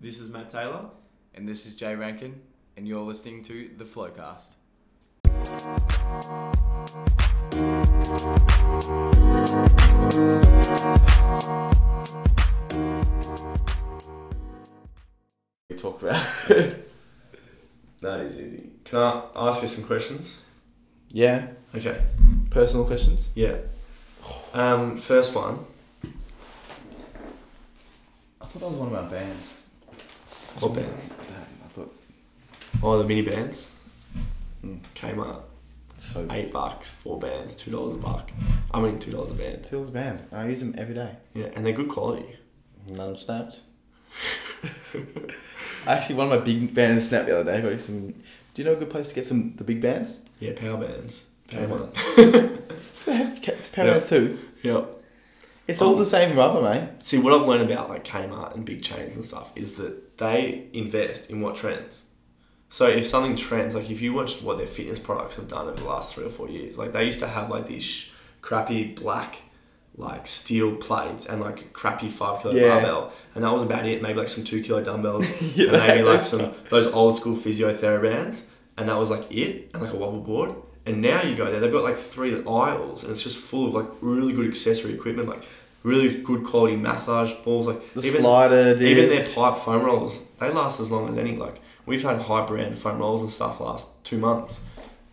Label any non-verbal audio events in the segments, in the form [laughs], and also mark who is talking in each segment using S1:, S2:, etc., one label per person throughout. S1: This is Matt Taylor.
S2: And this is Jay Rankin, and you're listening to The Flowcast. We talked about.
S3: [laughs] That is easy. Can I ask you some questions?
S2: yeah,
S3: Okay.
S2: personal questions.
S3: Yeah. Um, first one.
S2: I thought that was one of our bands.
S3: What bands?
S2: I thought.
S3: Oh, the mini bands. Hmm.
S2: Mm.
S3: Kmart.
S2: So.
S3: Eight bucks, four bands, two dollars a buck. I mean, two dollars a band.
S2: Till's band. I use them every day.
S3: Yeah, and they're good quality.
S2: None snapped. [laughs] Actually, one of my big bands snapped the other day. I got some. Do you know a good place to get some the big bands?
S3: Yeah, power bands. [laughs]
S2: Power
S3: Kmart.
S2: Do they have ca- power bands too?
S3: Yep.
S2: It's all the same rubber, mate.
S3: See, what I've learned about like Kmart and big chains and stuff is that they invest in what trends. So if something trends, like if you watch what their fitness products have done over the last three or four years, like they used to have like these sh- crappy black like steel plates and like a crappy five kilo
S2: Yeah.
S3: barbell, and that was about it. Maybe like some two kilo dumbbells,
S2: Yeah,
S3: and maybe like
S2: that's
S3: some those old school physiotherapy bands, and that was like it, and like a wobble board. And now you go there, they've got like three aisles, and it's just full of like really good accessory equipment, like really good quality massage balls, like
S2: The slider, discs.
S3: even their pipe foam rolls, they last as long as any. Like we've had high brand foam rolls and stuff last two months,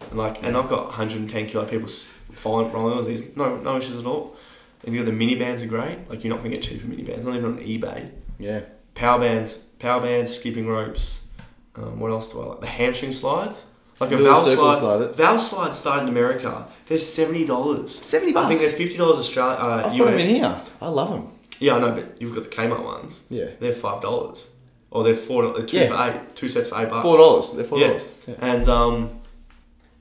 S3: and like and I've got 110 kilo people s- fine rolling with these, no no issues at all. And you got the mini bands are great. Like you're not gonna get cheaper mini bands, not even on eBay.
S2: Yeah.
S3: Power bands, power bands, skipping ropes. Um, what else do I like? The hamstring slides. Like a
S2: Little
S3: valve
S2: circle
S3: slide.
S2: slider.
S3: Valve slide started in America. They're seventy dollars.
S2: Seventy
S3: I think
S2: bucks.
S3: they're fifty dollars Australia. Uh,
S2: I've
S3: US.
S2: got them in here. I love them.
S3: Yeah, I know, but you've got the Kmart ones.
S2: Yeah.
S3: They're five dollars. Or they're four dollars two
S2: Yeah.
S3: for eight, two sets for eight bucks.
S2: Four dollars. They're four
S3: Yeah.
S2: [laughs] dollars. Yeah.
S3: And um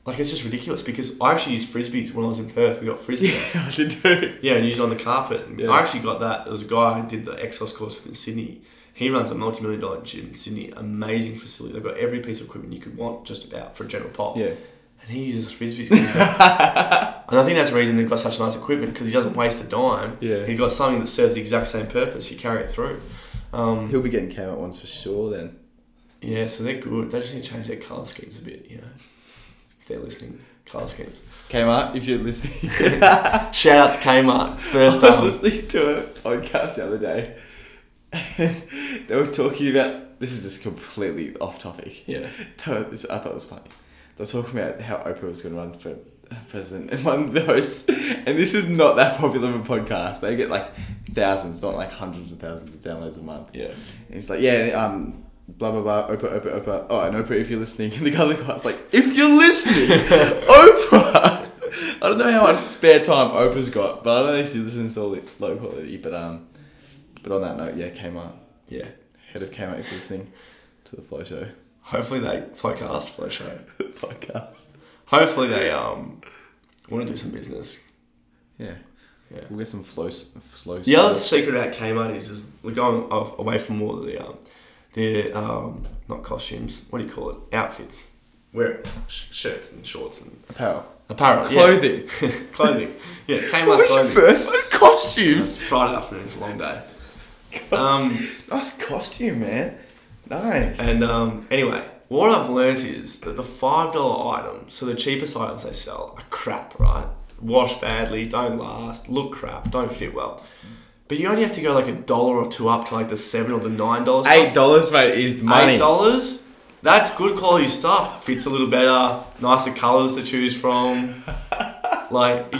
S3: like it's just ridiculous because I actually used frisbees when I was in Perth. We got frisbees.
S2: I did do it.
S3: yeah, and used it on the carpet. And
S2: Yeah.
S3: I actually got that. There was a guy who did the exos course within Sydney. He runs a multi-million dollar gym in Sydney. Amazing facility. They've got every piece of equipment you could want, just about for a general pop.
S2: Yeah.
S3: And he uses frisbees. 'cause he's
S2: [laughs]
S3: like- and I think that's the reason they've got such nice equipment because he doesn't waste a dime.
S2: Yeah.
S3: He's got something that serves the exact same purpose. You carry it through. Um,
S2: He'll be getting Kmart ones for sure then.
S3: yeah, so they're good. They just need to change their colour schemes a bit, you know. If they're listening, colour schemes.
S2: Kmart, if you're listening. Um,
S3: Shout out to Kmart. First
S2: [laughs] I was
S3: up.
S2: listening to a podcast the other day, [laughs] and they were talking about this is just completely off topic.
S3: Yeah.
S2: [laughs] They were- this- I thought it was funny. They were talking about how Oprah was going to run for president, and one of the hosts, and this is not that popular of a podcast. They get like thousands, not like hundreds of thousands of downloads a month.
S3: Yeah.
S2: And he's like, yeah, um, blah blah blah, Oprah, Oprah, Oprah. Oh, and Oprah, if you're listening, [laughs] and the other guy's like, if
S3: [laughs]
S2: you're listening, Oprah. [laughs] I don't know how much spare time Oprah's got, but I don't know if she listens to all the low quality. But um, but on that note, yeah, Kmart,
S3: Yeah.
S2: head of Kmart, if you're listening to the Flow Show [laughs]
S3: Hopefully they podcast flow show.
S2: podcast.
S3: Hopefully they um want to do some business.
S2: Yeah,
S3: Yeah.
S2: we'll get some flow s- flow.
S3: The other secret about Kmart is, is we're going off, away from all of the um, the um, not costumes. What do you call it? Outfits. Wear sh- shirts and shorts and
S2: apparel,
S3: apparel, yeah.
S2: clothing.
S3: [laughs] clothing. Yeah,
S2: What
S3: Kmart
S2: was your
S3: clothing.
S2: first one?
S3: It's
S2: Costumes.
S3: Friday afternoon. It's a long day. Um,
S2: Nice costume, man. Nice.
S3: and um, anyway, what I've learnt is that the five dollar items, so the cheapest items they sell, are crap. Right? Wash badly, don't last, look crap, don't fit well. But you only have to go like a dollar or two up to like the seven or the nine dollars.
S2: Eight dollars, mate, is money.
S3: Eight dollars. That's good quality stuff. Fits a little better. Nicer colours to choose
S2: [laughs]
S3: from. like,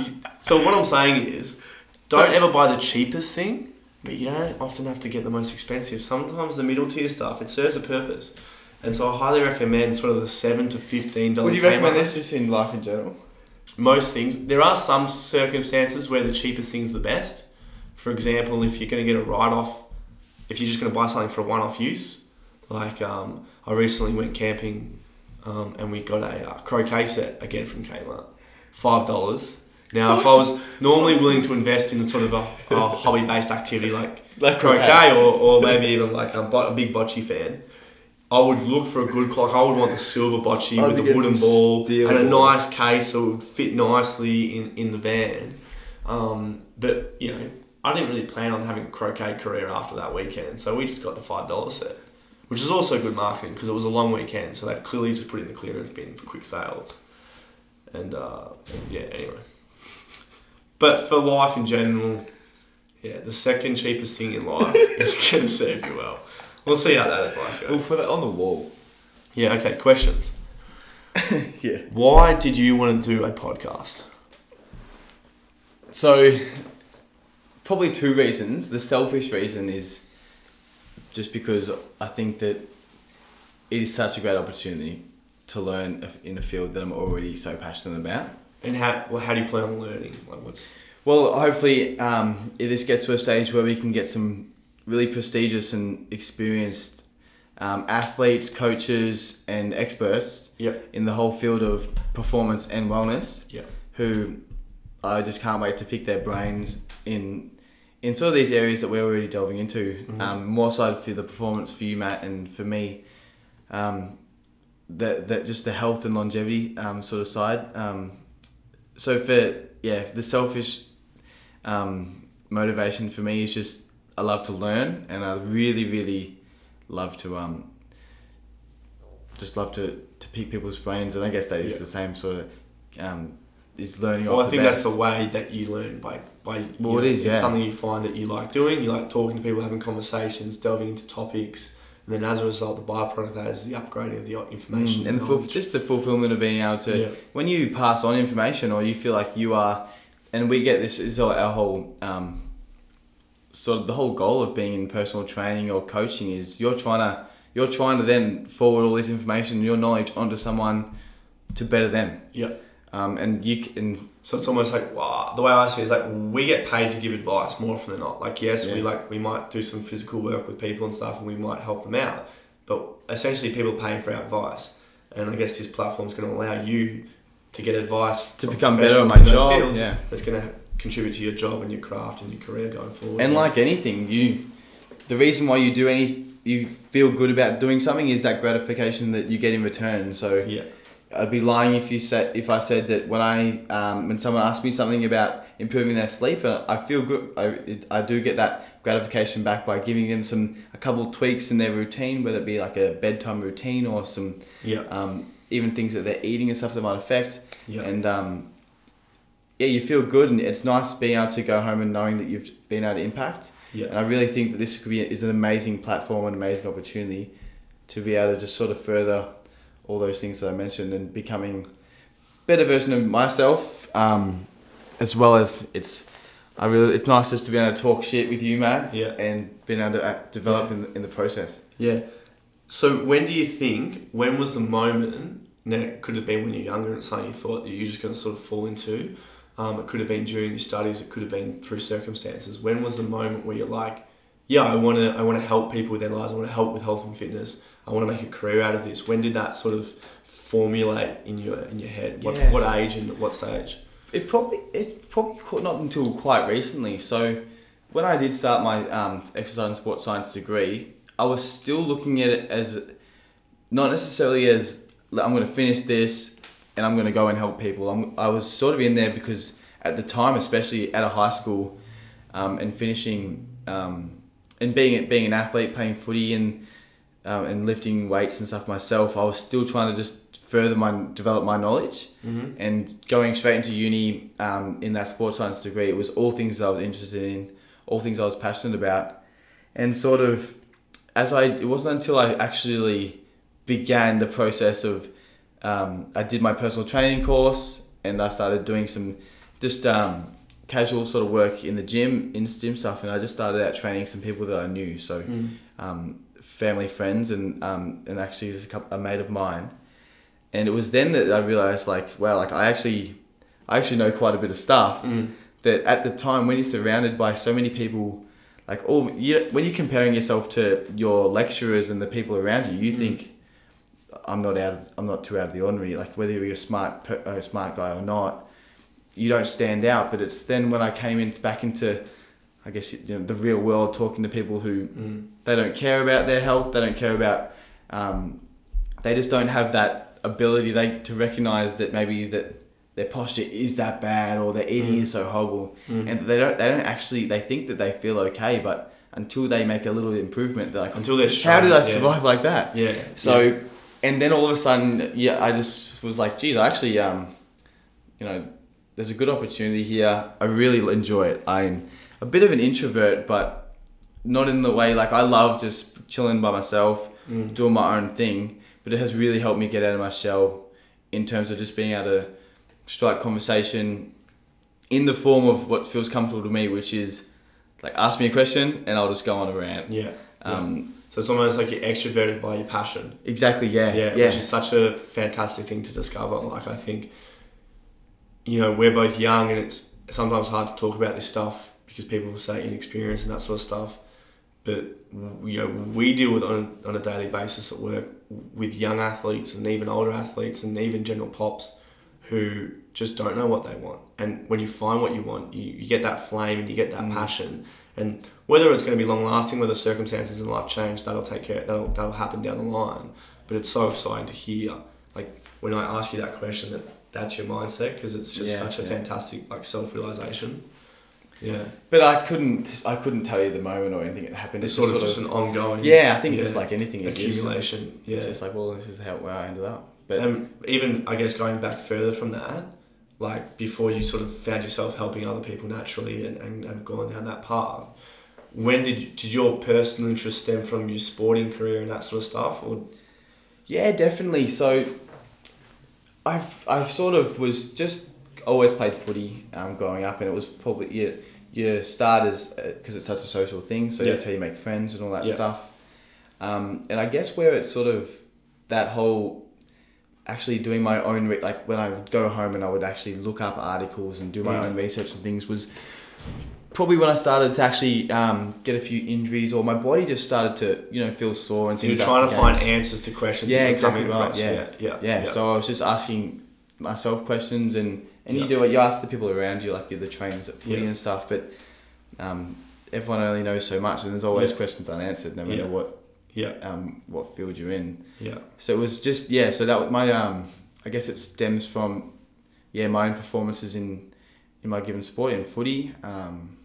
S3: so what I'm saying is, don't ever buy the cheapest thing, but you don't often have to get the most expensive. Sometimes the middle tier stuff it serves a purpose, and so I highly recommend sort of the seven to fifteen dollars.
S2: Would you recommend this just in life in general?
S3: most things. There are some circumstances where the cheapest thing's the best. For example, if you're going to get a write off, if you're just going to buy something for a one off use, like um, I recently went camping um, and we got a uh, croquet set again from Kmart, five dollars. Now, if I was normally willing to invest in sort of a, a hobby based activity like,
S2: Like
S3: croquet,
S2: croquet.
S3: or, or maybe even like I'm bo- a big bocce fan, I would look for a good clock. I would want the silver bocce
S2: I'd
S3: with
S2: be
S3: the
S2: getting
S3: wooden
S2: some
S3: ball
S2: steel
S3: and a
S2: balls.
S3: nice case so it would fit nicely in, in the van. Um, but, you know, I didn't really plan on having a croquet career after that weekend, so we just got the $5 set. which is also good marketing because it was a long weekend, so they've clearly just put it in the clearance bin for quick sale. And uh, yeah, anyway. But for life in general, yeah, the second cheapest thing in life [laughs] is going to serve you well. We'll see how that advice
S1: We'll
S3: goes.
S1: put it on the wall.
S3: Yeah, okay, questions.
S2: Yeah.
S3: Why did you want to do a podcast?
S2: So, probably two reasons. The selfish reason is just because I think that it is such a great opportunity to learn in a field that I'm already so passionate about.
S3: And how, well, how do you plan on learning? Like, what's.
S2: Well, hopefully, um, if this gets to a stage where we can get some really prestigious and experienced um, athletes, coaches, and experts
S3: Yep.
S2: in the whole field of performance and wellness
S3: Yep.
S2: who I just can't wait to pick their brains in in sort of these areas that we're already delving into.
S3: Mm-hmm.
S2: Um, more so for the performance for you, Matt, and for me, um, that that just the health and longevity um, sort of side. Um, so for yeah, the selfish um, motivation for me is just I love to learn, and I really really love to um, just love to to pick people's brains, and I guess that is
S3: Yeah.
S2: the same sort of um, is learning
S3: Well,
S2: off
S3: I
S2: the
S3: think
S2: best.
S3: that's the way that you learn by by you
S2: Well, it
S3: know,
S2: is,
S3: it's
S2: yeah.
S3: something you find that you like doing. You like talking to people, having conversations, delving into topics, and then as a result, the byproduct of that is the upgrading of the information
S2: Mm, and the ful-
S3: knowledge.
S2: just the fulfillment of being able to
S3: Yeah.
S2: when you pass on information or you feel like you are and we get this is our our whole um, sort of the whole goal of being in personal training or coaching is you're trying to you're trying to then forward all this information your knowledge onto someone to better them
S3: yeah.
S2: um, and you can
S3: So it's almost like wow. The way I see it is like we get paid to give advice more often than not. Like yes, we
S2: Yeah.
S3: like we might do some physical work with people and stuff, and we might help them out. But essentially, people are paying for our advice, and I guess this platform's going to allow you to get advice
S2: To
S3: from
S2: become better
S3: professionals
S2: at my
S3: in those
S2: job,
S3: fields
S2: yeah.
S3: That's going to contribute to your job and your craft and your career going forward.
S2: and like anything you the reason why you do any you feel good about doing something is that gratification that you get in return so
S3: yeah,
S2: I'd be lying if you said if I said that when I um, when someone asks me something about improving their sleep, uh, I feel good. I, it, I do get that gratification back by giving them some a couple tweaks in their routine, whether it be like a bedtime routine or some
S3: yeah,
S2: um, even things that they're eating and stuff that might affect.
S3: yeah.
S2: And um, yeah, you feel good, and it's nice being able to go home and knowing that you've been able to impact.
S3: Yeah.
S2: And I really think that this could be is an amazing platform, an amazing opportunity to be able to just sort of further all those things that I mentioned and becoming better version of myself, um, as well as it's. I really, it's nice just to be able to talk shit with you, man.
S3: Yeah.
S2: And being able to uh, develop in, the, in the process.
S3: Yeah. So when do you think? When was the moment? Now it could have been when you're younger and it's something you thought that you're just going to sort of fall into. Um, it could have been during your studies. It could have been through circumstances. When was the moment where you're like, yeah, I want to. I want to help people with their lives. I want to help with health and fitness. I want to make a career out of this. When did that sort of formulate in your in your head? What
S2: Yeah.
S3: what age and at what stage?
S2: It probably it probably qu- not until quite recently. So when I did start my um, exercise and sports science degree, I was still looking at it as not necessarily as "Look, I'm going to finish this and I'm going to go and help people. I'm, I was sort of in there because at the time, especially at a high school, um, and finishing um, and being being an athlete, playing footy and um, and lifting weights and stuff myself, I was still trying to just further my develop my knowledge
S3: Mhm.
S2: and going straight into uni um, in that sports science degree. It was all things that I was interested in, all things I was passionate about, and sort of as I it wasn't until I actually began the process of um, I did my personal training course and I started doing some just um, casual sort of work in the gym, in gym stuff, and I just started out training some people that I knew, so um, family, friends, and um, and actually just a, couple, a mate of mine. And it was then that I realized, like, wow, like I actually, I actually know quite a bit of stuff. That at the time, when you're surrounded by so many people, like all you, when you're comparing yourself to your lecturers and the people around you, you think, I'm not out. Of, I'm not too out of the ordinary. Like whether you're a smart, per- a smart guy or not, you don't stand out. But it's then when I came in back into, I guess you know, the real world, talking to people who
S3: Mm.
S2: they don't care about their health. They don't care about. Um, they just don't have that ability they to recognize that maybe that their posture is that
S3: Mm.
S2: bad or their eating is so horrible, and they don't. They don't actually. They think that they feel okay, but until they make a little improvement, they're like,
S3: Until they're
S2: how
S3: shown,
S2: did I
S3: yeah.
S2: survive like that?
S3: Yeah.
S2: So,
S3: yeah.
S2: and then all of a sudden, yeah, I just was like, geez, I actually, um, you know, there's a good opportunity here. I really enjoy it. I'm a bit of an introvert, but not in the way like I love just chilling by myself,
S3: Mm.
S2: doing my own thing. But it has really helped me get out of my shell in terms of just being able to strike conversation in the form of what feels comfortable to me, which is like ask me a question and I'll just go on a rant.
S3: yeah.
S2: Um,
S3: So it's almost like you're extroverted by your passion.
S2: exactly. Yeah.
S3: Yeah,
S2: Yeah.
S3: which is such a fantastic thing to discover. Like I think, you know, we're both young, and it's sometimes hard to talk about this stuff because people will say inexperience and that sort of stuff. But w- you know, we deal with it on on a daily basis at work with young athletes and even older athletes and even general pops who just don't know what they want. And when you find what you want, you, you get that flame and you get
S2: Mm.
S3: that passion. And whether it's going to be long lasting, whether circumstances in life change, that'll take care. That'll that'll happen down the line. But it's so exciting to hear, like when I ask you that question, that that's your mindset because it's just
S2: Yeah,
S3: such a
S2: yeah.
S3: fantastic like self realization. Yeah,
S2: But I couldn't. I couldn't tell you the moment or anything that happened.
S3: it's, sort, of just an ongoing.
S2: yeah. I think it's
S3: yeah,
S2: like anything. It is.
S3: accumulation. Yeah,
S2: It's just like well, this is how where I ended up. But
S3: Um, even I guess going back further from that, like before you sort of found yourself helping other people naturally and, and, and going down that path, when did you, did your personal interest stem from your sporting career and that sort of stuff, or
S2: yeah, definitely. So I've I've sort of was just always played footy um, growing up, and it was probably your your start is because it's such a social thing. So
S3: Yeah.
S2: that's how you make friends and all that
S3: Yeah.
S2: stuff. Um, and I guess where it's sort of that whole actually doing my own re- like when I would go home and I would actually look up articles and do my
S3: Mm.
S2: own research and things was probably when I started to actually um, get a few injuries or my body just started to you know feel sore and
S3: you're
S2: things.
S3: trying
S2: after
S3: to find
S2: games.
S3: answers to questions?
S2: Yeah,
S3: that you're
S2: exactly
S3: coming
S2: right,
S3: across.
S2: yeah.
S3: yeah, yeah,
S2: yeah, so I was just asking myself questions, and and
S3: Yeah.
S2: you do it. You ask the people around you, like you're the trainers at footy
S3: Yeah.
S2: and stuff, but um, everyone only knows so much, and there's always
S3: Yeah.
S2: questions unanswered, no matter
S3: Yeah.
S2: what
S3: yeah,
S2: um, what field you're in.
S3: yeah,
S2: So it was just yeah. So that was my um, I guess it stems from yeah my own performances in in my given sport in footy. Um,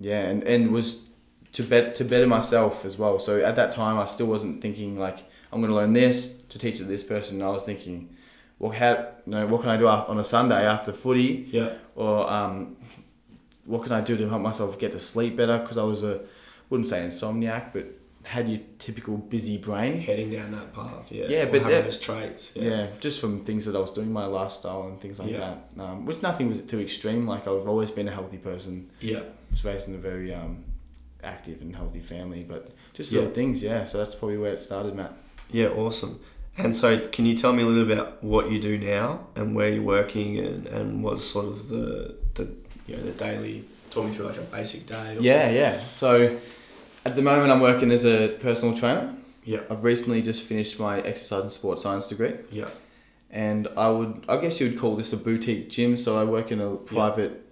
S2: yeah, and and was to bet to better myself as well. So at that time, I still wasn't thinking like I'm going to learn this to teach it to this person. I was thinking, well, how you know what can I do af- on a Sunday after footy,
S3: yeah,
S2: or um, what can I do to help myself get to sleep better? Because I was a wouldn't say insomniac, but had your typical busy brain.
S3: heading down that path. Yeah,
S2: Yeah,
S3: or
S2: but
S3: having
S2: that-
S3: those traits.
S2: Yeah. just from things that I was doing, my lifestyle and things like
S3: Yeah.
S2: that. Um, which nothing was too extreme. Like I've always been a healthy person.
S3: yeah.
S2: Was raised in a very um, active and healthy family, but just
S3: Yeah.
S2: little things. Yeah, so that's probably where it started, Matt.
S3: Yeah, awesome. And so, can you tell me a little about what you do now and where you're working and, and what sort of the the you know the daily talk me through like a basic day? Or,
S2: Yeah, yeah. So at the moment, I'm working as a personal trainer.
S3: Yeah.
S2: I've recently just finished my exercise and sports science degree,
S3: yeah,
S2: and I would, I guess you would call this a boutique gym. So I work in a private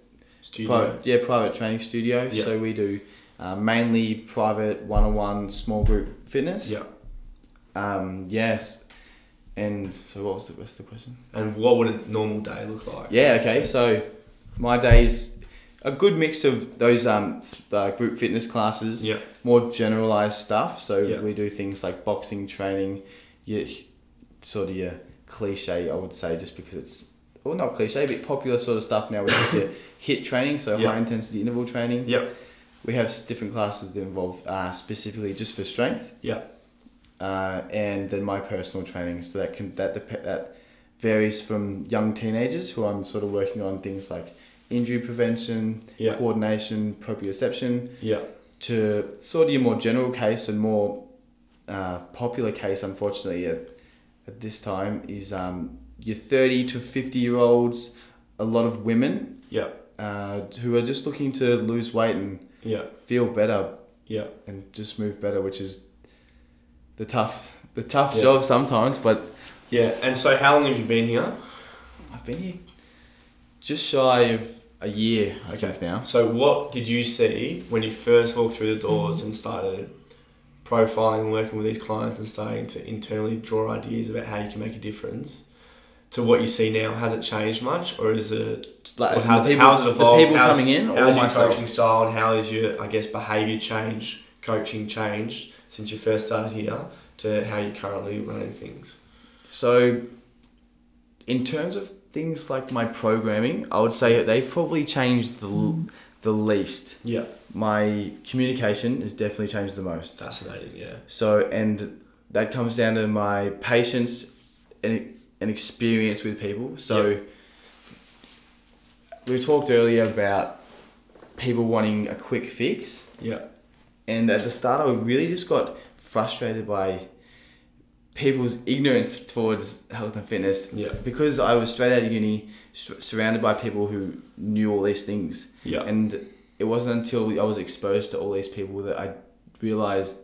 S3: studio.
S2: Private, yeah, private training studio.
S3: Yeah.
S2: So we do uh, mainly private one-on-one small group fitness.
S3: Yeah.
S2: Um, yes. And so what was the rest of the question?
S3: And what would a normal day look like?
S2: Yeah, okay. So my days a good mix of those um, s- uh, group fitness classes,
S3: Yeah.
S2: more generalized stuff. So
S3: Yeah.
S2: we do things like boxing training, your, sort of your cliche, I would say, just because it's, well, not cliche, but popular sort of stuff now, which
S3: [laughs]
S2: is your HIT training, so
S3: Yeah.
S2: high intensity interval training.
S3: Yeah.
S2: We have s- different classes that involve uh, specifically just for strength,
S3: Yeah.
S2: uh, and then my personal training. So that can that dep- that varies from young teenagers who I'm sort of working on things like injury prevention,
S3: Yeah.
S2: coordination, proprioception,
S3: Yeah.
S2: to sort of your more general case and more uh, popular case, unfortunately, at, at this time is um, your thirty to fifty year olds, a lot of women
S3: Yeah.
S2: uh, who are just looking to lose weight and
S3: Yeah.
S2: feel better
S3: Yeah.
S2: and just move better, which is the tough the tough
S3: Yeah.
S2: job sometimes. But
S3: Yeah. And so, how long have you been here?
S2: I've been here just shy of a year, I think now.
S3: So, what did you see when you first walked through the doors and started profiling and working with these clients and starting to internally draw ideas about how you can make a difference? to what you see now? Has it changed much, or is it?
S2: Like,
S3: or
S2: as in
S3: how's,
S2: the
S3: it
S2: people,
S3: how's it
S2: the
S3: evolved?
S2: people
S3: how's,
S2: coming in, or
S3: how's your
S2: myself?
S3: coaching style, and how is your I guess behaviour change, coaching changed since you first started here to how you're currently running things?
S2: So, in terms of things like my programming, I would say they've probably changed the l- the least.
S3: Yeah,
S2: My communication has definitely changed the most.
S3: fascinating. Yeah,
S2: So, and that comes down to my patience and, and experience with people. So, we talked earlier about people wanting a quick fix.
S3: yeah,
S2: And at the start, I really just got frustrated by people's ignorance towards health and fitness.
S3: Yeah.
S2: Because I was straight out of uni, sur- surrounded by people who knew all these things.
S3: Yeah.
S2: And it wasn't until I was exposed to all these people that I realized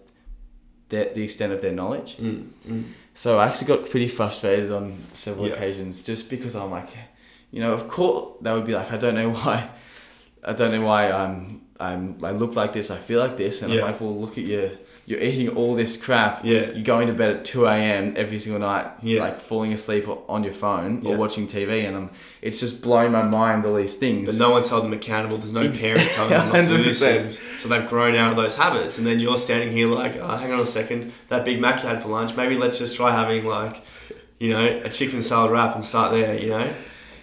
S2: that the extent of their knowledge.
S3: mm, mm.
S2: So I actually got pretty frustrated on several
S3: Yeah.
S2: occasions just because I'm like, you know, of course that would be like, I don't know [laughs] why, I don't know why I'm, I'm, I look like this, I feel like this, and
S3: Yeah.
S2: I'm like, well, look at you, you're eating all this crap,
S3: Yeah.
S2: you're going to bed at two a.m. every single night,
S3: Yeah.
S2: like falling asleep o- on your phone
S3: Yeah.
S2: or watching TV, and I'm, it's just blowing my mind all these things.
S3: But no one's held them accountable. There's no parent telling them not to
S2: [laughs]
S3: do these
S2: 100%.
S3: things. So they've grown out of those habits. And then you're standing here like, oh, hang on a second, that Big Mac you had for lunch, maybe let's just try having like, you know, a chicken salad wrap and start there, you know?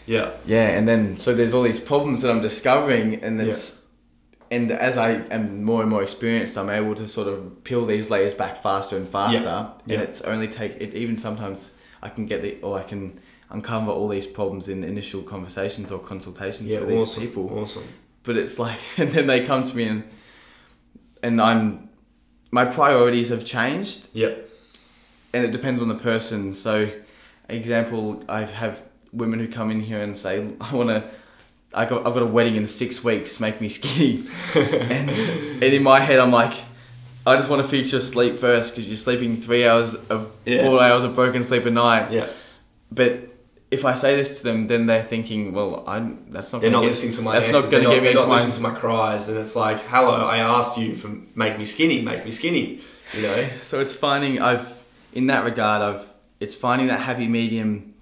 S3: Yeah.
S2: yeah and then so there's all these problems that i'm discovering and it's and as i am more and more experienced i'm able to sort of peel these layers back faster and faster and
S3: Yeah.
S2: it's only take it even sometimes i can get the or i can uncover all these problems in initial conversations or consultations
S3: Yeah,
S2: with these
S3: awesome.
S2: people
S3: Awesome.
S2: but it's like [laughs] and then they come to me and and i'm my priorities have changed
S3: Yep.
S2: and it depends on the person. So, example, I have women who come in here and say, "I want to, I got, I've got a wedding in six weeks. Make
S3: [laughs]
S2: me skinny." and, and in my head, I'm like, "I just want to fix your sleep first because you're sleeping three hours of
S3: Yeah.
S2: four hours of broken sleep a night."
S3: Yeah.
S2: But if I say this to them, then they're thinking, "Well, I'm that's not
S3: They're not
S2: gonna get-
S3: listening to my
S2: that's
S3: answers.
S2: not going
S3: they're
S2: to get me
S3: they're
S2: into
S3: not
S2: my
S3: listening to my cries. And it's like, hello, I asked you for make me skinny, make me skinny, you know?
S2: [laughs] so it's finding I've in that regard I've it's finding that happy medium,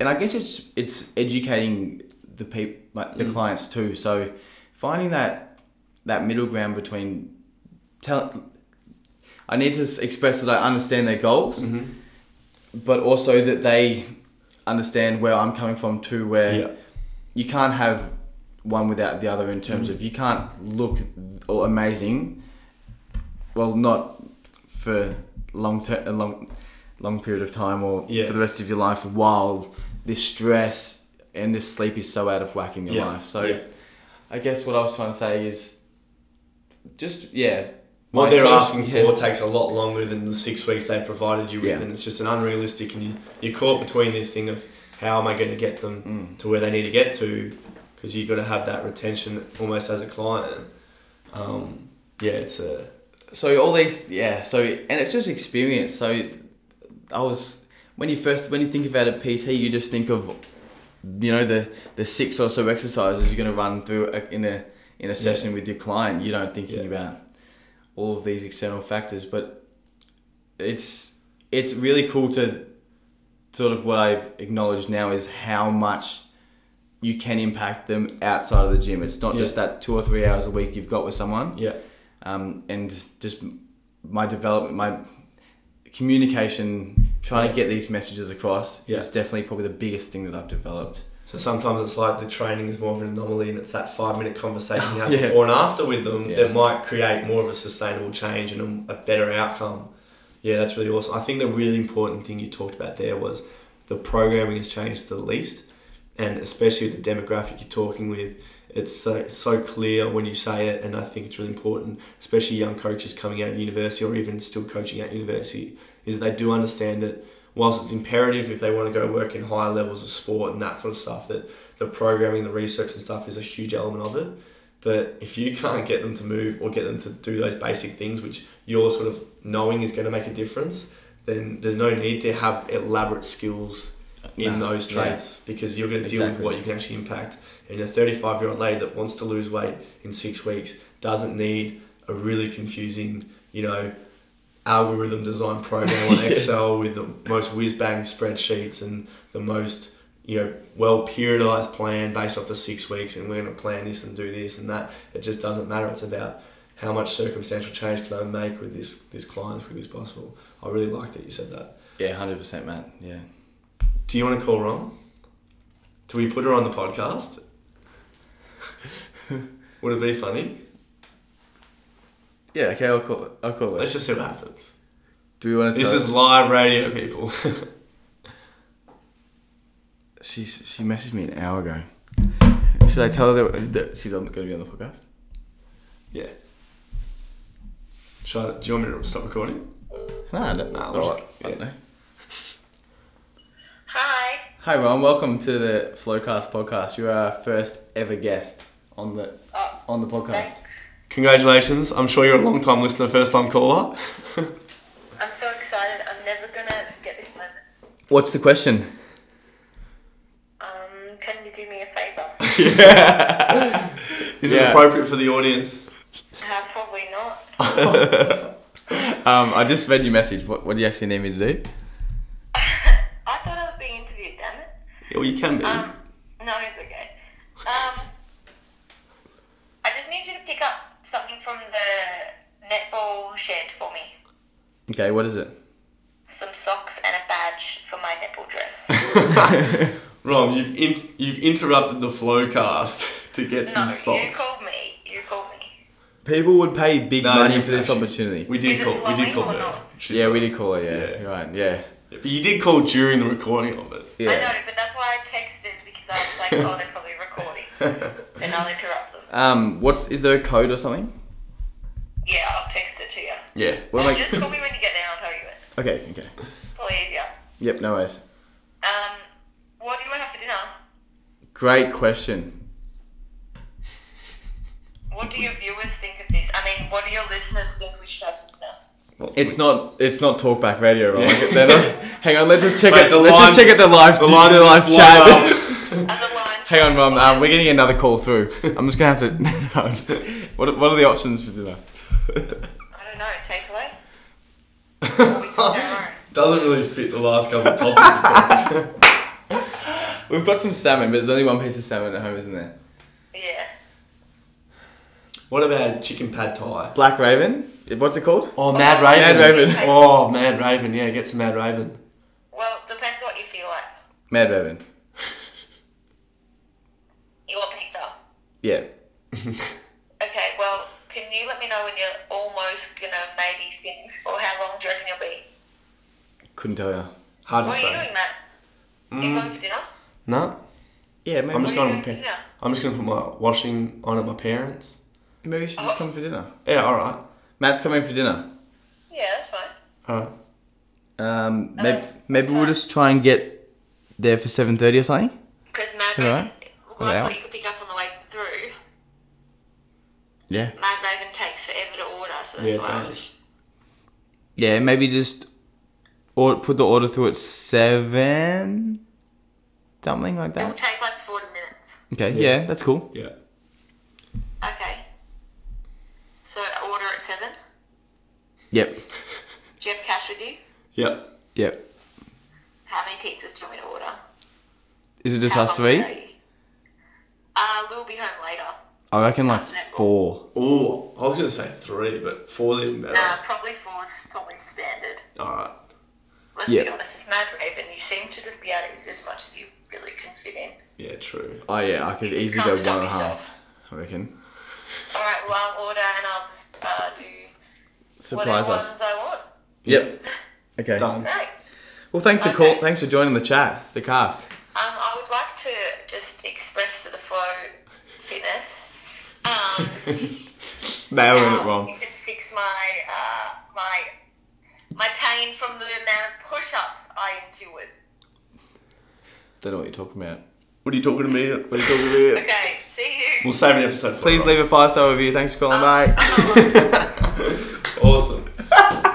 S2: and I guess it's it's educating the people like the clients too. So finding that that middle ground between tell I need to s- express that I understand their goals, but also that they understand where I'm coming from too. Where
S3: Yeah.
S2: you can't have one without the other in terms of you can't look all amazing well not for long ter- a long long period of time or
S3: Yeah.
S2: for the rest of your life while this stress and this sleep is so out of whack in your
S3: Yeah,
S2: life so
S3: yeah.
S2: i guess what i was trying to say is just yeah
S3: What
S2: my
S3: they're
S2: social-
S3: asking
S2: yeah.
S3: for takes a lot longer than the six weeks they've provided you with,
S2: Yeah.
S3: and it's just an unrealistic. And you, you're caught between this thing of how am I going to get
S2: Mm.
S3: them to where they need to get to, because you've got to have that retention almost as a client.
S2: Mm.
S3: Um, yeah, it's a
S2: so all these yeah so and it's just experience so i was when you first when you think about a pt you just think of you know the the six or so exercises you're going to run through a, in a in a session with your client you don't thinking
S3: Yeah.
S2: about all of these external factors but it's it's really cool to sort of what i've acknowledged now is how much you can impact them outside of the gym it's not
S3: Yeah.
S2: just that two or three hours a week you've got with someone
S3: yeah,
S2: um, and just my development, my communication, trying to get these messages across
S3: Yeah.
S2: is definitely probably the biggest thing that I've developed.
S3: So sometimes it's like the training is more of an anomaly, and it's that five minute conversation
S2: [laughs]
S3: you have
S2: Yeah.
S3: before and after with them
S2: Yeah.
S3: that might create more of a sustainable change and a, a better outcome. Yeah, that's really awesome. I think the really important thing you talked about there was the programming has changed the least, and especially with the demographic you're talking with. It's so, it's so clear when you say it, and I think it's really important, especially young coaches coming out of university or even still coaching at university, is that they do understand that whilst it's imperative if they want to go work in higher levels of sport and that sort of stuff, that the programming, the research and stuff is a huge element of it. But if you can't get them to move or get them to do those basic things, which you're sort of knowing is going to make a difference, then there's no need to have elaborate skills in
S2: No,
S3: those
S2: yeah.
S3: traits because you're going to deal with
S2: Exactly.
S3: what you can actually impact. And a 35 year old lady that wants to lose weight in six weeks doesn't need a really confusing, you know, algorithm design program on Excel with the most whiz bang spreadsheets and the most you know well periodized plan based off the six weeks and we're going to plan this and do this and that it just doesn't matter it's about how much circumstantial change can I make with this this client as quickly as possible I really like that you said that
S2: Yeah, hundred percent, man. Yeah.
S3: do you want to call Rom do we put her on the podcast would it be funny
S2: Yeah. Okay, I'll call it. I'll call
S3: let's
S2: it.
S3: just see what happens
S2: Do we want to?
S3: this
S2: tell
S3: is live radio people [laughs]
S2: She she messaged me an hour ago. Should I tell her that, that she's on, going to be on the podcast?
S3: Yeah. Shall I, do you want me to stop recording?
S2: No, I don't,
S3: Nah,
S2: all
S3: we'll
S2: right,
S3: just-
S2: I don't
S3: yeah.
S2: know.
S1: Hi.
S2: Hi, Ron. Welcome to the Flowcast podcast. You're our first ever guest on the
S1: Oh,
S2: on the podcast.
S1: thanks.
S3: Congratulations. I'm sure you're a long time listener, first time caller. [laughs]
S1: I'm so excited. I'm never gonna forget this moment.
S2: What's the question?
S1: Um, can you do me a favor?
S3: Is it
S2: Yeah.
S3: appropriate for the audience?
S1: uh, probably not.
S2: Um, I just read your message. What, what do you actually need me to do?
S1: I thought I was being interviewed. Damn it.
S3: Yeah, well, you can be.
S1: Um, no, it's okay. Um, I just need you to pick up something from the netball shed for me.
S2: Okay, what is it?
S1: Some socks and a badge for my netball dress.
S3: Rom, you've, in, you've interrupted the flow cast [laughs] to get
S1: no,
S3: some
S1: you
S3: socks.
S1: called me. You called me.
S2: People would pay big
S3: No,
S2: money
S3: you-
S2: for this opportunity.
S3: We
S1: Is
S3: did
S1: it
S3: call, we did
S1: flowing
S3: call
S1: or
S3: her.
S1: not?
S3: She's
S2: yeah,
S3: not-
S2: we did call her. Yeah,
S3: Yeah.
S2: You're right. Yeah,
S3: But you did call during the recording of it.
S2: yeah.
S1: I know, but that's why I texted because I was like, oh, they're probably recording. and I'll interrupt them.
S2: Um, what's is there a code or something?
S1: Yeah, I'll text it to you.
S3: [laughs] Yeah.
S2: What am
S1: Just
S2: I?
S1: call me when you get there. I'll tell you it.
S2: Okay, okay.
S1: Please, yeah.
S2: Yep, no worries.
S1: Um, what do you want to have for dinner?
S2: Great question.
S1: What do your viewers think of this? I mean, what do your listeners think we should have for dinner?
S2: It's not. It's not talkback radio, right? They're not- [laughs] hang on, let's just check
S3: Mate,
S2: it.
S3: the
S2: Let's
S3: lines-
S2: just check it. The live. The
S3: line
S2: live. The live chat. [laughs]
S1: Otherwise,
S2: Hang on, Rom. Um, we're getting another call [laughs] through. I'm just gonna have to. No, I'm just- what, are- what are the options for dinner?
S1: I don't know. Takeaway. Or we can have our own.
S3: [laughs] Doesn't really fit the last couple of topics.
S2: [laughs] We've got some salmon, but there's only one piece of salmon at home, isn't there?
S1: Yeah.
S3: what about chicken pad thai?
S2: Black Raven. What's it called?
S3: Oh, Mad Raven.
S2: Raven.
S3: Oh, Mad Raven. Yeah, get some Mad Raven.
S1: Well, depends what you feel like.
S2: Mad Raven.
S1: You want pizza?
S2: Yeah.
S1: Okay. Well, can you let me know when you're almost gonna maybe finish, or how long do you reckon you'll be?
S2: Couldn't tell ya.
S3: Hard to
S1: What are you
S3: say.
S1: doing, Matt? You
S2: Mm.
S1: going for dinner?
S3: No,
S2: Yeah, maybe.
S3: I'm just
S1: What are
S3: going.
S1: you doing
S3: to
S1: for dinner?
S3: I'm just going to put my washing on at my parents.
S2: maybe we should just come for dinner.
S3: Yeah, all right,
S2: Matt's coming for dinner.
S1: Yeah, that's fine.
S3: all right.
S2: Um, maybe, maybe we'll just try and get there for seven thirty or something.
S1: Because Mad
S2: Hello?
S1: Raven, well, I
S2: Hello?
S1: thought you could pick up on the way through.
S2: Yeah.
S1: Mad Raven takes forever to order, so that's
S3: Yeah, it
S1: why I was
S3: does.
S1: just.
S2: Yeah, maybe just or put the order through at seven, something like
S1: It will
S2: that.
S1: take like 40 minutes.
S2: Okay,
S3: Yeah.
S2: yeah, that's cool.
S3: Yeah,
S1: Okay. So order at 7.
S2: Yep,
S1: Do you have cash with you?
S3: yeah.
S2: yep.
S1: How many pizzas do you want me to order?
S2: Is it just
S1: How
S2: us
S1: hungry
S2: three?
S1: are you? Uh, Lou will be home later.
S2: I reckon like
S1: Definitely.
S2: four.
S3: Oh, I was going to say three, but four's even better.
S1: Nah, Uh, probably four is probably standard.
S3: All right.
S1: Let's be
S2: Yeah.
S1: honest, it's Mad Raven. You seem to just be able to eat as much as you really can fit in.
S3: Yeah, true.
S2: Oh yeah, I could
S1: You just
S2: easily
S1: can't
S2: go
S1: stop
S2: one and a
S1: yourself.
S2: half. I reckon.
S1: Alright, well, I'll order and I'll just uh, do
S2: Surprise
S1: whatever
S2: us.
S1: ones I want.
S2: Yep. Okay.
S3: Done.
S1: Great.
S2: Well, thanks for
S1: Okay.
S2: call. Thanks for joining the chat, the cast.
S1: Um, I would like to just express to the flow fitness. Um,
S2: Nailing
S1: how You can fix my uh, my my pain from the amount of push-ups I endured.
S2: Don't know what you're talking about.
S3: What are you talking to me? about?
S2: What are you talking about?
S1: Okay, see you.
S3: We'll save an episode for
S2: Please
S3: it, right?
S2: leave a five star review. Thanks for calling.
S3: Um,
S2: Bye.
S3: Awesome.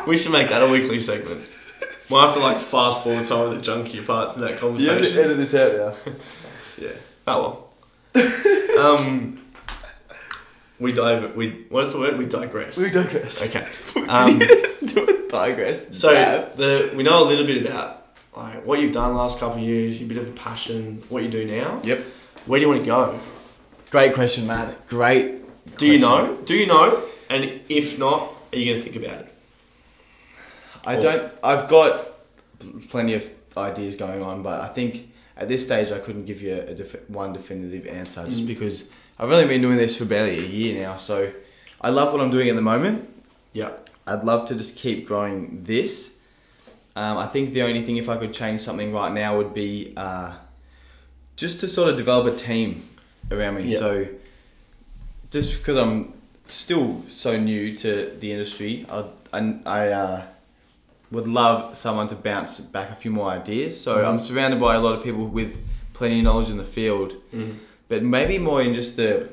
S3: we should make that a weekly segment. We'll have to like fast forward some of the junky parts of that conversation.
S2: this out now. [laughs]
S3: Yeah. Oh well. um, we dive. We what's the word? We digress.
S2: [laughs] digress.
S3: okay. Um,
S2: Do it digress.
S3: So
S2: Dab.
S3: the we know a little bit about like what you've done last couple of years, your bit of a passion, what you do now.
S2: Yep.
S3: Where do you want to go?
S2: Great question, Matt. Great.
S3: Do you
S2: question.
S3: know? Do you know? And if not, are you going to think about it?
S2: I
S3: Or-
S2: don't. I've got pl- plenty of ideas going on, but I think at this stage I couldn't give you a def- one definitive answer just
S3: Mm.
S2: because I've only been doing this for barely a year now. So I love what I'm doing at the moment.
S3: Yeah.
S2: I'd love to just keep growing this. Um, I think the only thing if I could change something right now would be uh, just to sort of develop a team around me.
S3: Yeah.
S2: So just because I'm still so new to the industry, I I, I uh, would love someone to bounce back a few more ideas. So I'm surrounded by a lot of people with plenty of knowledge in the field, but maybe more in just the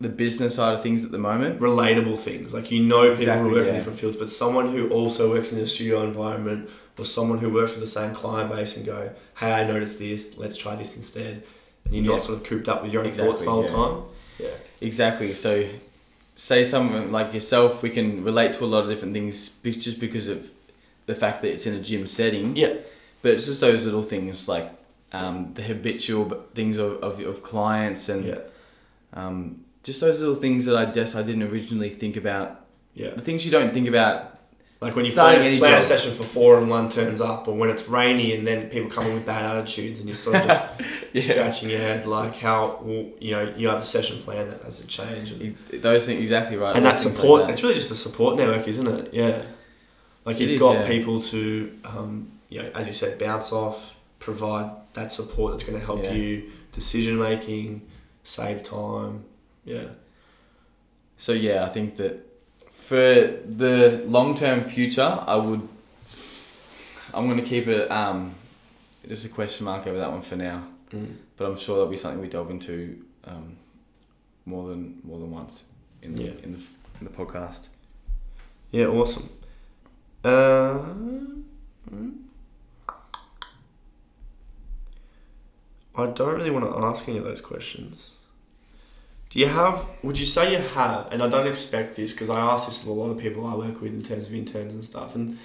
S2: the business side of things at the moment.
S3: Relatable things like you know people
S2: Exactly,
S3: who work in
S2: yeah.
S3: different fields, but someone who also works in the studio environment or someone who works with the same client base and go, hey, I noticed this. Let's try this instead. And you're
S2: Yeah.
S3: not sort of cooped up with your own thoughts
S2: Exactly,
S3: the whole
S2: yeah.
S3: time. Yeah.
S2: Exactly. So, say someone like yourself, we can relate to a lot of different things be- just because of the fact that it's in a gym setting.
S3: Yeah.
S2: But it's just those little things like um, the habitual b- things of, of, of clients and
S3: Yeah.
S2: um, just those little things that I guess I didn't originally think about.
S3: Yeah.
S2: The things you don't think about.
S3: Like when you
S2: Starting
S3: plan,
S2: any
S3: plan a
S2: job.
S3: session for four and one turns up, or when it's rainy and then people come in with bad attitudes and you're sort of just
S2: [laughs]
S3: scratching your head, like how well, you know you have a session plan that has to change, and,
S2: Ex- Those things, exactly right.
S3: and that
S2: things like
S3: support.
S2: that.
S3: It's really just a support network, isn't it? Yeah, like
S2: It
S3: you've
S2: is,
S3: got
S2: yeah.
S3: people to, um, you know, as you said, bounce off, provide that support that's going to help
S2: Yeah.
S3: you decision making, save time. Yeah,
S2: So yeah, I think that for the long term future, I would. I'm gonna keep it um, just a question mark over that one for now,
S3: Mm.
S2: but I'm sure that'll be something we delve into um, more than more than once in the
S3: Yeah.
S2: in the in the podcast.
S3: yeah, awesome. Uh, I don't really want to ask any of those questions. Do you have, would you say you have, and I don't expect this because I ask this of a lot of people I work with in terms of interns and stuff, and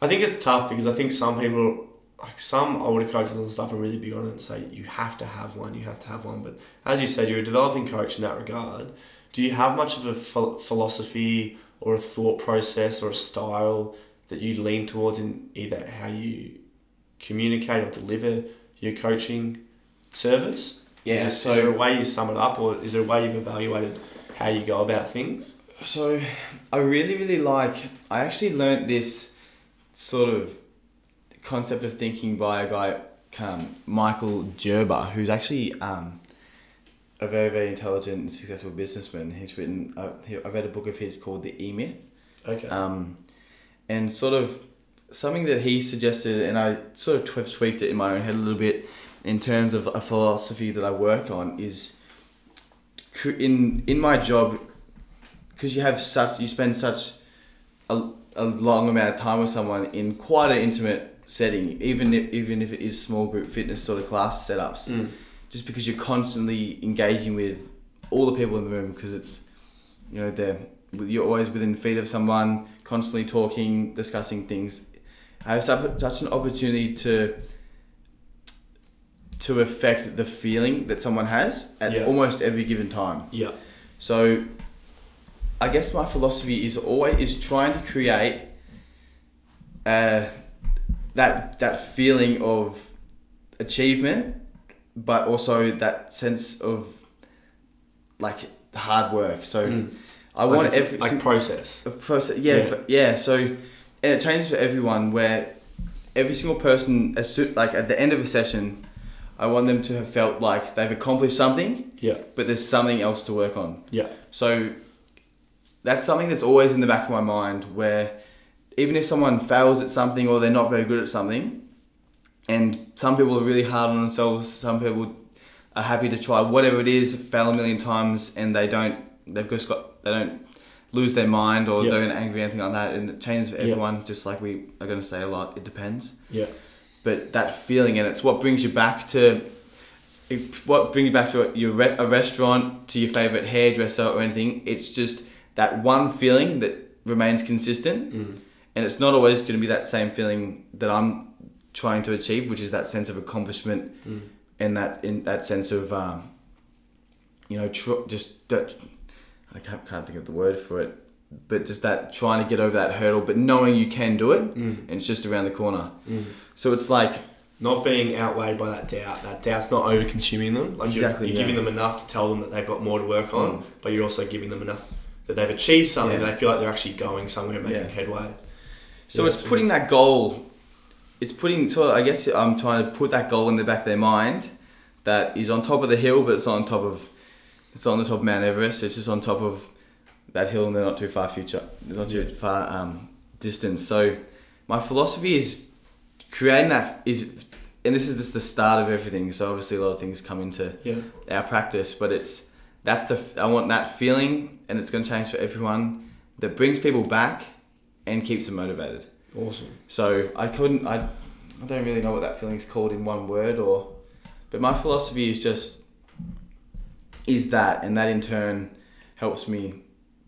S3: I think it's tough because I think some people, like some older coaches and stuff, are really big on it and say you have to have one, you have to have one. But as you said, you're a developing coach in that regard. Do you have much of a ph- philosophy or a thought process or a style that you lean towards in either how you communicate or deliver your coaching service?
S2: Yeah,
S3: Is,
S2: so-
S3: is there a way you sum it up, or is there a way you've evaluated how you go about things?
S2: So I really, really like. I actually learnt this sort of concept of thinking by a guy, um, Michael Gerber, who's actually um, a very, very intelligent and successful businessman. He's written. Uh, he, I read a book of his called The E Myth,
S3: Okay.
S2: um, and sort of something that he suggested, and I sort of twe- tweaked it in my own head a little bit in terms of a philosophy that I work on is cr- in in my job because you have such you spend such a, a long amount of time with someone in quite an intimate setting, even if, even if it is small group fitness sort of class setups, just because you're constantly engaging with all the people in the room because it's you know they're you're always within feet of someone, constantly talking, discussing things. I have such, such an opportunity to to affect the feeling that someone has at
S3: Yeah.
S2: almost every given time.
S3: yeah.
S2: So I guess my philosophy is always is trying to create uh, that that feeling of achievement, but also that sense of like hard work. So I
S3: Hmm. Like
S2: want
S3: it's a-
S2: every
S3: like process.
S2: a process. Yeah,
S3: Yeah.
S2: But yeah. So, and it changes for everyone. Where every single person, as soo- like at the end of a session, I want them to have felt like they've accomplished something,
S3: Yeah.
S2: but there's something else to work on.
S3: Yeah.
S2: So that's something that's always in the back of my mind where even if someone fails at something or they're not very good at something, and some people are really hard on themselves, some people are happy to try whatever it is, fail a million times, and they don't, they've just got, they don't lose their mind or
S3: Yeah.
S2: they're angry or anything like that, and it changes for
S3: Yeah.
S2: everyone, just like we are going to say a lot, it depends
S3: Yeah.
S2: but that feeling and it's what brings you back to what brings you back to your re- a restaurant to your favorite hairdresser or anything it's just that one feeling that remains consistent and it's not always going to be that same feeling that I'm trying to achieve, which is that sense of accomplishment and that in that sense of um, you know tr- just that, I can't, can't think of the word for it, but just that trying to get over that hurdle, but knowing you can do it, and it's just around the corner. So it's like
S3: Not being outweighed by that doubt. That doubt's not over consuming them. Like you're-
S2: Exactly,
S3: you're,
S2: yeah. Mm.
S3: giving them enough to tell them that they've got more to work on, but you're also giving them enough that they've achieved something
S2: Yeah.
S3: that they feel like they're actually going somewhere and making
S2: Yeah.
S3: headway.
S2: So
S3: Yeah,
S2: it's
S3: so-
S2: putting that goal. It's putting sort of. I guess I'm trying to put that goal in the back of their mind, that is on top of the hill, but it's on top of, it's on the top of Mount Everest. It's just on top of that hill in the not too far future, not too far um, distance. So my philosophy is creating that is, and this is just the start of everything. So obviously a lot of things come into
S3: Yeah.
S2: our practice, but it's that's the f- I want that feeling, and it's going to change for everyone. That brings people back and keeps them motivated.
S3: Awesome.
S2: So I couldn't. I, I don't really know what that feeling's called in one word, or, but my philosophy is just. Is that and that in turn, helps me,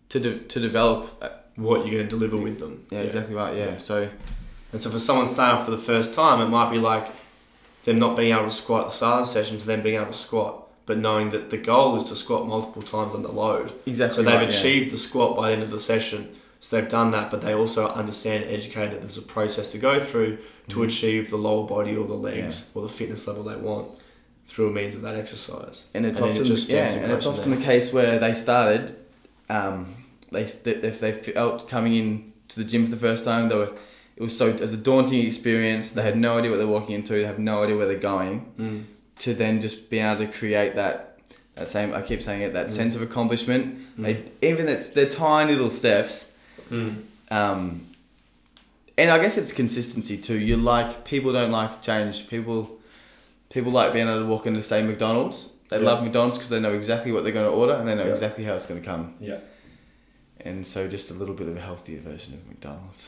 S2: to de- to develop. uh,
S3: What you're going to deliver with them.
S2: Yeah, exactly right. Yeah, so
S3: And so for someone starting off for the first time, it might be like them not being able to squat at the start of the session to them being able to squat, but knowing that the goal is to squat multiple times under load. So
S2: exactly.
S3: they've
S2: right, yeah.
S3: achieved the squat by the end of the session. So they've done that, but they also understand and educate that there's a process to go through to
S2: Mm-hmm.
S3: achieve the lower body or the legs or the fitness level they want through a means of that exercise.
S2: and it's
S3: And then it
S2: often
S3: just
S2: yeah,
S3: stems and
S2: and it's
S3: grows from
S2: often the case where they started, um, they s- th- if they felt coming in to the gym for the first time, they were it was so it was a daunting experience. They had no idea what they're walking into. They have no idea where they're going.
S3: Mm.
S2: To then just being able to create that that same I keep saying it
S3: Mm.
S2: that sense of accomplishment. They even it's they're tiny little steps.
S3: Mm.
S2: Um, and I guess it's consistency too. You like people don't like change. People people like being able to walk into say McDonald's. They
S3: Yeah.
S2: love McDonald's because they know exactly what they're going to order and they know
S3: Yeah.
S2: exactly how it's going to come.
S3: Yeah.
S2: And so just a little bit of a healthier version of McDonald's.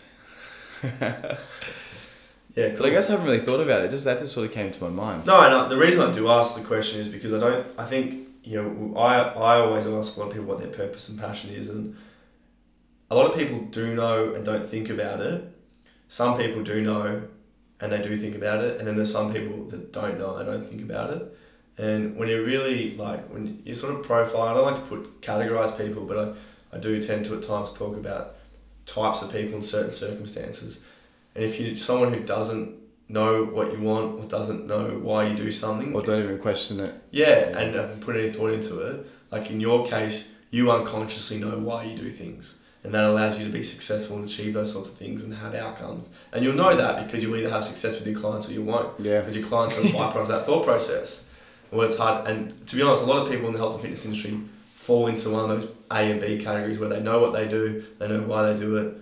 S3: Yeah,
S2: But I guess I haven't really thought about it. Just that just sort of came to my mind.
S3: No, and I, the reason I do ask the question is because I don't. I think you know. I I always ask a lot of people what their purpose and passion is, and a lot of people do know and don't think about it. Some people do know, and they do think about it, and then there's some people that don't know and don't think about it. And when you really like when you sort of profile, I don't like to put categorize people, but I, I do tend to at times talk about types of people in certain circumstances. And if you someone who doesn't know what you want or doesn't know why you do something.
S2: Or don't
S3: it's-
S2: even question it.
S3: yeah, and haven't put any thought into it. Like in your case, you unconsciously know why you do things. And that allows you to be successful and achieve those sorts of things and have outcomes. And you'll know that because you'll either have success with your clients or you won't
S2: Yeah.
S3: because your clients are a byproduct of that thought process. Well, it's hard, and to be honest, a lot of people in the health and fitness industry fall into one of those A and B categories where they know what they do, they know why they do it,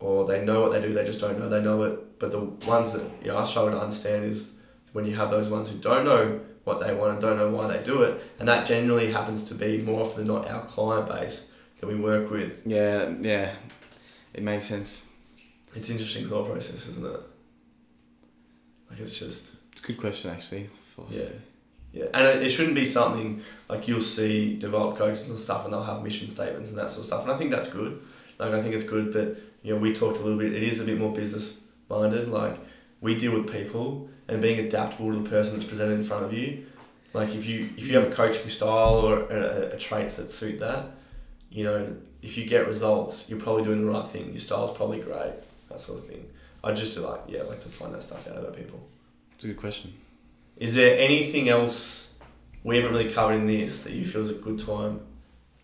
S3: or they know what they do, they just don't know they know it. But the ones that you know, I struggle to understand is when you have those ones who don't know what they want and don't know why they do it, and that generally happens to be more often than not our client base that we work with.
S2: Yeah, yeah. It makes sense.
S3: It's an interesting thought process, isn't it? Like it's just.
S2: It's a good question actually. Philosophy.
S3: Yeah, and it, it shouldn't be something like you'll see developed coaches and stuff, and they'll have mission statements and that sort of stuff. And I think that's good. Like I think it's good, but you know, we talked a little bit. It is a bit more business minded. Like we deal with people, and being adaptable to the person that's presented in front of you. Like if you if you have a coaching style or a, a, a traits that suit that, you know, if you get results, you're probably doing the right thing. Your style's probably great, that sort of thing. I just do like yeah, like to find that stuff out about people.
S2: It's a good question.
S3: Is there anything else we haven't really covered in this that you feel is a good time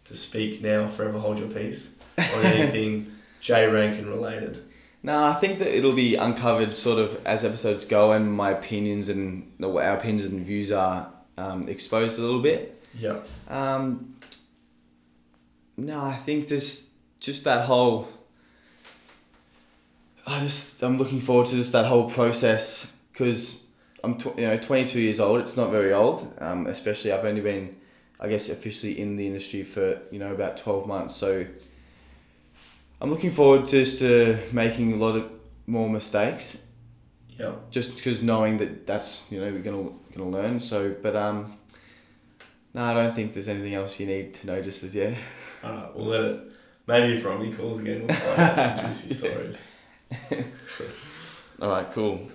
S3: to speak now, forever hold your peace? Or [laughs] anything J Rankin related?
S2: No, I think that it'll be uncovered sort of as episodes go, and my opinions and what our opinions and views are um, exposed a little bit.
S3: Yeah.
S2: Um, no, I think just just that whole. I just I'm looking forward to just that whole process because I'm tw- you know 22 years old. It's not very old, um, especially I've only been, I guess, officially in the industry for you know about 12 months. So I'm looking forward to just to making a lot of more mistakes
S3: Yeah.
S2: just because knowing that that's you know we're gonna gonna learn. So, but um, no, I don't think there's anything else you need to know just as yet.
S3: Uh, Alright, we'll let it. Maybe if Romney calls again, we'll find out some juicy stories.
S2: All right, cool.